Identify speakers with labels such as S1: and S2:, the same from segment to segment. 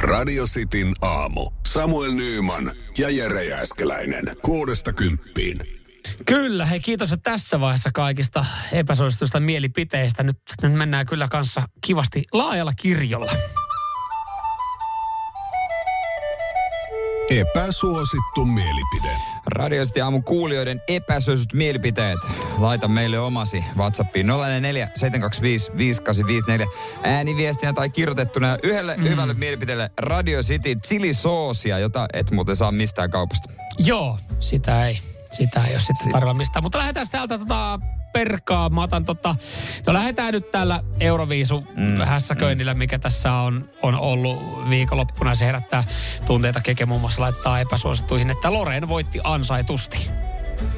S1: Radio Cityn aamu. Samuel Nyyman ja Jere Jääskeläinen. Kuudesta kymppiin.
S2: Kyllä, hei kiitos jo tässä vaiheessa kaikista epäsuosituista mielipiteistä. Nyt, nyt mennään kyllä kanssa kivasti laajalla kirjolla.
S1: Epäsuosittu mielipide.
S3: Radiosti aamun kuulijoiden epäsuosut mielipiteet. Laita meille omasi WhatsAppiin 044 725 5854 ääniviestinä tai kirjoitettuna yhdelle mm. hyvälle mielipiteelle Radio City chilisoosia, jota et muuten saa mistään kaupasta.
S2: Joo, sitä ei. Sitä ei ole sitten tarvilla mistään. Mutta lähdetään täältä tota perkaa. Mä otan tota, no lähdetään nyt tällä Euroviisu mm, hässäköinnillä, mikä tässä on, on ollut viikonloppuna. Se herättää tunteita. Keke muun muassa laittaa epäsuosittuihin, että Loreen voitti ansaitusti.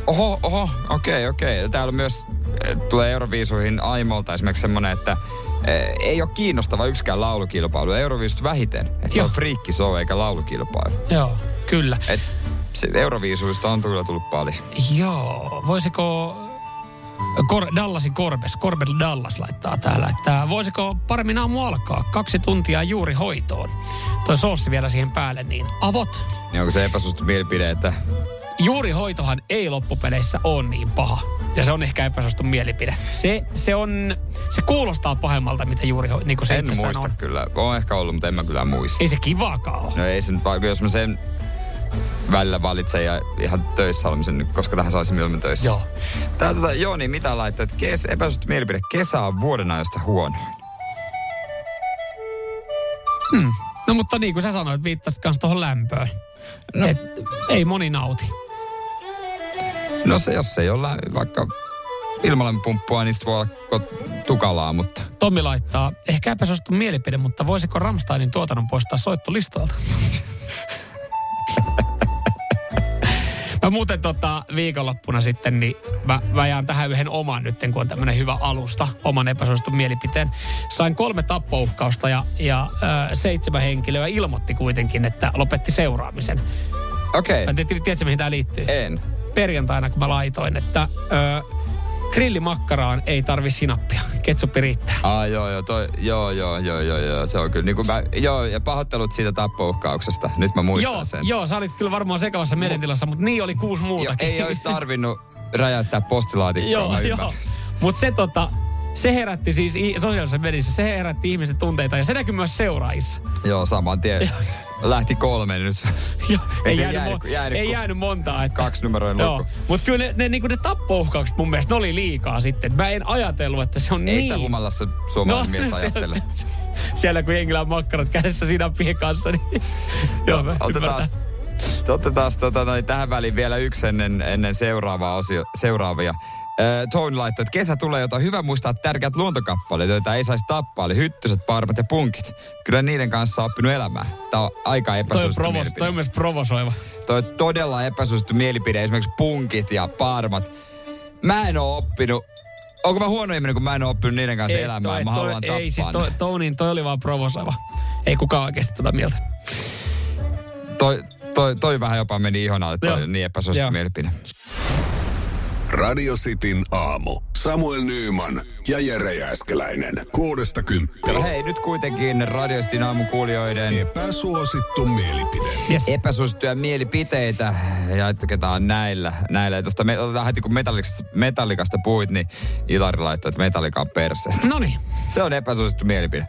S3: Oho, oho, okei, okay, okei. Okay. Täällä myös eh, tulee Euroviisuihin Aimolta esimerkiksi semmoinen, että eh, ei ole kiinnostava yksikään laulukilpailu. Euroviisut vähiten. Et se
S2: Joo.
S3: on friikkisoo eikä laulukilpailu.
S2: Joo, kyllä.
S3: Et se Euroviisuista on kyllä tullut paljon.
S2: Joo, voisiko Kor- Dallasin Korbes, Korbel Dallas laittaa täällä, että voisiko paremmin aamu alkaa? Kaksi tuntia juuri hoitoon. Toi soossi vielä siihen päälle, niin avot.
S3: Niin onko se epäsuosittu mielipide, että
S2: Juuri hoitohan ei loppupeleissä ole niin paha. Ja se on ehkä epäsuostun mielipide. Se, se, on, se kuulostaa pahemmalta, mitä juuri ho- niin kuin se
S3: en
S2: itsessään
S3: muista
S2: on.
S3: kyllä. On ehkä ollut, mutta en mä kyllä muista.
S2: Ei se kivaakaan ole.
S3: No ei se nyt vaan, jos mä sen välillä valitsen ja ihan töissä olemisen, nyt, koska tähän saisi mieluummin töissä.
S2: Joo.
S3: Tää tota, Jooni, mitä laittoi, että kes, epäsuosittu mielipide, kesä on vuoden ajosta huono.
S2: No mutta niin kuin sä sanoit, viittasit kanssa tuohon lämpöön. No. Et, ei moni nauti.
S3: No se, jos ei ole vaikka ilmalämpöpumppua, niin sit voi olla kot- tukalaa, mutta
S2: Tommi laittaa, ehkä epäsuosittu mielipide, mutta voisiko Ramsteinin tuotannon poistaa soittolistoilta? Mä muuten tota, viikonloppuna sitten, niin mä, mä jaan tähän yhden oman nyt, kun on tämmönen hyvä alusta, oman epäsuositun mielipiteen. Sain kolme tappouhkausta ja, ja ö, seitsemän henkilöä ilmoitti kuitenkin, että lopetti seuraamisen.
S3: okei,
S2: Mä en tiedä, tiedätkö, mihin tämä liittyy?
S3: en.
S2: Perjantaina, kun mä laitoin, että ö, grillimakkaraan ei tarvi sinappia, ketsuppi riittää.
S3: Ah, joo, joo, toi, joo, joo, joo, joo, joo, se on kyllä. Niin kuin mä, joo, ja pahoittelut siitä tappouhkauksesta. Nyt mä muistan
S2: Joo,
S3: sen.
S2: joo, sä olit kyllä varmaan sekavassa mielentilassa, mutta niin oli kuusi
S3: Joo,
S2: muutakin.
S3: ei olisi tarvinnut räjäyttää postilaatikkoa.
S2: joo,
S3: mä
S2: joo.
S3: ymmärrän.
S2: Mutta se tota, se herätti siis i- sosiaalisessa mediassa, se herätti ihmisten tunteita ja se näkyy myös seuraajissa.
S3: Joo, saman tien. Lähti kolme nyt.
S2: Joo,
S3: Ei
S2: ei,
S3: se
S2: jäänyt,
S3: jäänyt
S2: mo-
S3: kuin- jäänyt
S2: ei
S3: kuin
S2: jäänyt montaa. Että,
S3: kaksinumeroinen luku.
S2: Mutta kyllä ne, ne, niinku ne tappouhkaukset mun mielestä ne oli liikaa sitten. Mä en ajatellut, että se on
S3: Ei
S2: niin. No,
S3: sitä humalassa suomalainen mies ajattele.
S2: se- siellä kun jengillä on makkarat kädessä sinappien kanssa, niin... joo, mä
S3: No, Otetaan,
S2: ymmärrän.
S3: otetaan tota, noin, tähän väliin vielä yksi ennen, ennen seuraavaa osio, seuraavia. Ö, Tone laittoi, että kesä tulee, jota on hyvä muistaa tärkeät luontokappaleet, joita ei saisi tappaa, eli hyttyset, parmat ja punkit. Kyllä niiden kanssa on oppinut elämään. Tämä on aika
S2: Toi on,
S3: epäsuosittu
S2: provos,
S3: mielipide.
S2: toi on myös provosoiva.
S3: Toi on todella epäsuosittu mielipide, esimerkiksi punkit ja parmat. Mä en oo oppinut, onko mä huono ihminen, kun mä en oo oppinut niiden kanssa
S2: Ei,
S3: elämään,
S2: toi-
S3: mä haluan
S2: toi,
S3: tappaa
S2: Ei siis
S3: ne.
S2: toi, toi, niin, toi oli vaan provosoiva. Ei kukaan oikeasti tätä mieltä.
S3: toi, toi, toi vähän jopa meni ihon alle, toi
S2: Joo.
S3: on niin epäsuosittu
S2: Joo.
S3: mielipide.
S1: Radio Cityn aamu. Samuel Nyyman ja Jere Jääskeläinen. Kuudesta
S3: No
S1: kymppiin.
S3: hei, nyt kuitenkin Radiostin aamukuulijoiden
S1: Epäsuosittu mielipide.
S2: Yes.
S3: epäsuosittuja mielipiteitä jatketaan näillä. näillä. Ja Tuosta me, otetaan heti, kun metallikasta, metallikasta puhuit, niin Ilari laittoi, että metallika on perse.
S2: Noniin.
S3: Se on epäsuosittu mielipide.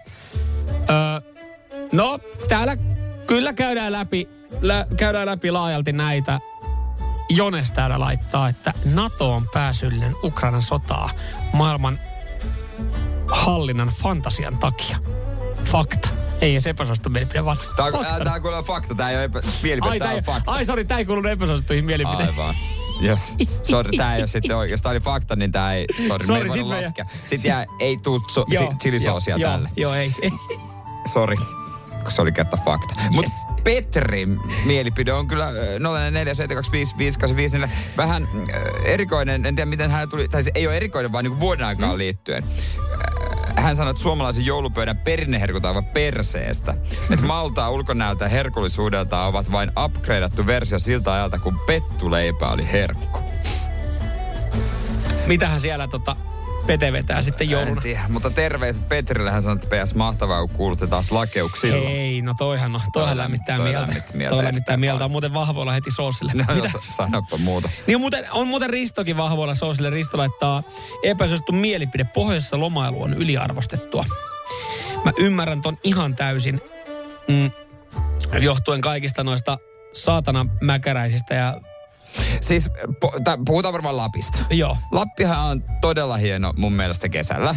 S2: Öö, no, täällä kyllä käydään läpi, lä, käydään läpi laajalti näitä. Jones täällä laittaa, että NATO on pääsyllinen Ukrainan sotaa maailman hallinnan fantasian takia. Fakta. Ei edes epäsuosittu mielipide, vaan
S3: Tämä on,
S2: fakta.
S3: ää, tää on kuulemma fakta, tämä ei ole epä, mielipide,
S2: ai,
S3: tää
S2: tää ei,
S3: on fakta.
S2: ai, sorry, tää ei kuulunut epäsuosittuihin mielipiteisiin.
S3: Aivan. Niin Joo. Sori, tämä ei ole sitten oikein. Jos tämä oli fakta, niin tämä ei, sori, me
S2: Sori,
S3: ei
S2: sit
S3: voida
S2: me jää-
S3: laskea. Sitten jää, ei tuu so,
S2: Joo,
S3: si, chilisoosia
S2: joo,
S3: tälle.
S2: Joo, joo, ei. ei.
S3: Sori, kun se oli kerta fakta. Mutta yes. Petrin mielipide on kyllä ö, 047255854 vähän ö, erikoinen. En tiedä, miten hän tuli, tai se ei ole erikoinen, vaan niin vuoden
S2: Mm.
S3: aikaan liittyen. Ö, Hän sanoi, että suomalaisen joulupöydän perinneherkut ovat perseestä. Että maltaa ulkonäöltä ja herkullisuudelta ovat vain upgradeattu versio siltä ajalta, kun pettuleipä oli herkku.
S2: Mitähän siellä tota Pete vetää sitten
S3: En
S2: jouluna.
S3: tiedä, mutta terveiset Petrille. Hän sanoi, että PS mahtavaa, kun kuulutte taas lakeuksilla.
S2: Ei, no toihan, on, toihan
S3: Toi
S2: lämmittää
S3: lämmittää
S2: mieltä.
S3: mieltä.
S2: Toi lämmittää mieltä. On muuten vahvoilla heti soosille.
S3: No, no,
S2: Mitä?
S3: sa- sanoppa muuta.
S2: Niin on muuten, on muuten Ristokin vahvoilla soosille. Risto laittaa epäsuosittu mielipide. Pohjoisessa lomailu on yliarvostettua. Mä ymmärrän ton ihan täysin. Mm, johtuen kaikista noista saatana mäkäräisistä ja
S3: Siis po, tää, puhutaan varmaan Lapista.
S2: joo.
S3: Lappihan on todella hieno mun mielestä kesällä.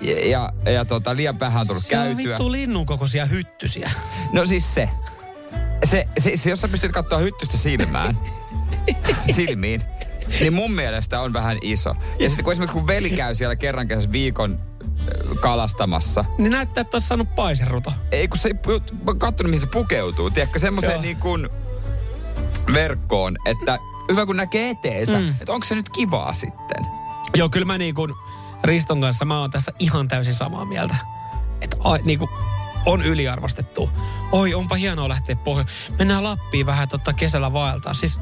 S3: Ja, ja, ja tota, liian vähän on tullut
S2: Siellä on
S3: käytyä.
S2: vittu linnun kokoisia hyttysiä.
S3: No siis se. Se, se, se jos sä pystyt katsoa hyttystä silmään, silmiin, niin mun mielestä on vähän iso. Ja sitten kun esimerkiksi kun veli käy siellä kerran kesässä viikon äh, kalastamassa,
S2: Ne näyttää, että olisi saanut paiseruto.
S3: ei kun se ei pu- mä oon kattonut mihin se pukeutuu, tiedätkö, semmoiseen
S2: Joo.
S3: niin kuin verkkoon, että hyvä kun näkee eteensä, mm. että onko se nyt kivaa sitten.
S2: Joo, kyllä mä niin kuin Riston kanssa mä oon tässä ihan täysin samaa mieltä. Että niin kuin on yliarvostettu. Oi, onpa hienoa lähteä pohjoon. Mennään Lappiin vähän totta kesällä vaeltaa. Siis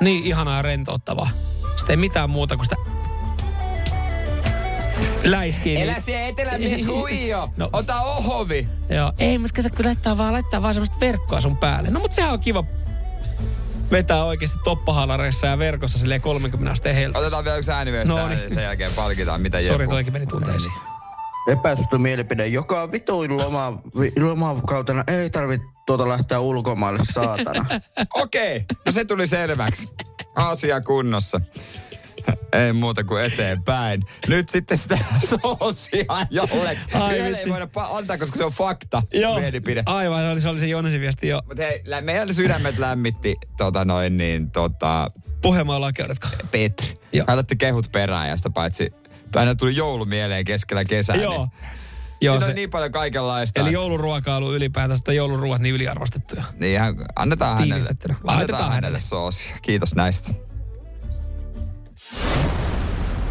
S2: niin ihanaa ja rentouttavaa. Sitten ei mitään muuta kuin sitä läiskiin.
S3: Elä se etelämies huijo,
S2: No.
S3: no. ota ohovi.
S2: Joo. Ei, mutta kato, kun laittaa vaan, laittaa vaan semmoista verkkoa sun päälle. No, mutta sehän on kiva vetää oikeasti toppahalareissa ja verkossa silleen 30 asteen helta.
S3: Otetaan vielä yksi ääni vielä sitä,
S2: No niin.
S3: ja sen jälkeen palkitaan, mitä
S2: Sori,
S3: Jefu-
S2: toikin meni tunteisiin.
S4: epäsuhtu mielipide. Joka vituin loma, vi- lomakautena ei tarvitse tuota lähteä ulkomaille, saatana.
S3: Okei, okay. no se tuli selväksi. Asia kunnossa. Ei muuta kuin eteenpäin. Nyt sitten sitä soosia jolle.
S2: Ai
S3: Ai, ei
S2: vitsi.
S3: voida pa- antaa, koska se on fakta. Mielipide.
S2: aivan, se oli, se oli se Jonesin viesti jo.
S3: Mutta hei, lä- meidän sydämet lämmitti tota noin niin tota
S2: Pohjanmaan lakeudetko?
S3: Petri.
S2: Joo.
S3: Hän otti kehut perään ja sitä paitsi tai aina tuli joulu mieleen keskellä kesää.
S2: Joo.
S3: Niin.
S2: Joo,
S3: Siinä
S2: se,
S3: on niin paljon kaikenlaista.
S2: eli jouluruokailu ylipäätänsä, tai jouluruuat niin yliarvostettuja.
S3: Niin ihan, annetaan hänelle,
S2: Tiivistettynä. Laitetaan
S3: annetaan
S2: hänelle.
S3: hänelle soosia. Kiitos näistä.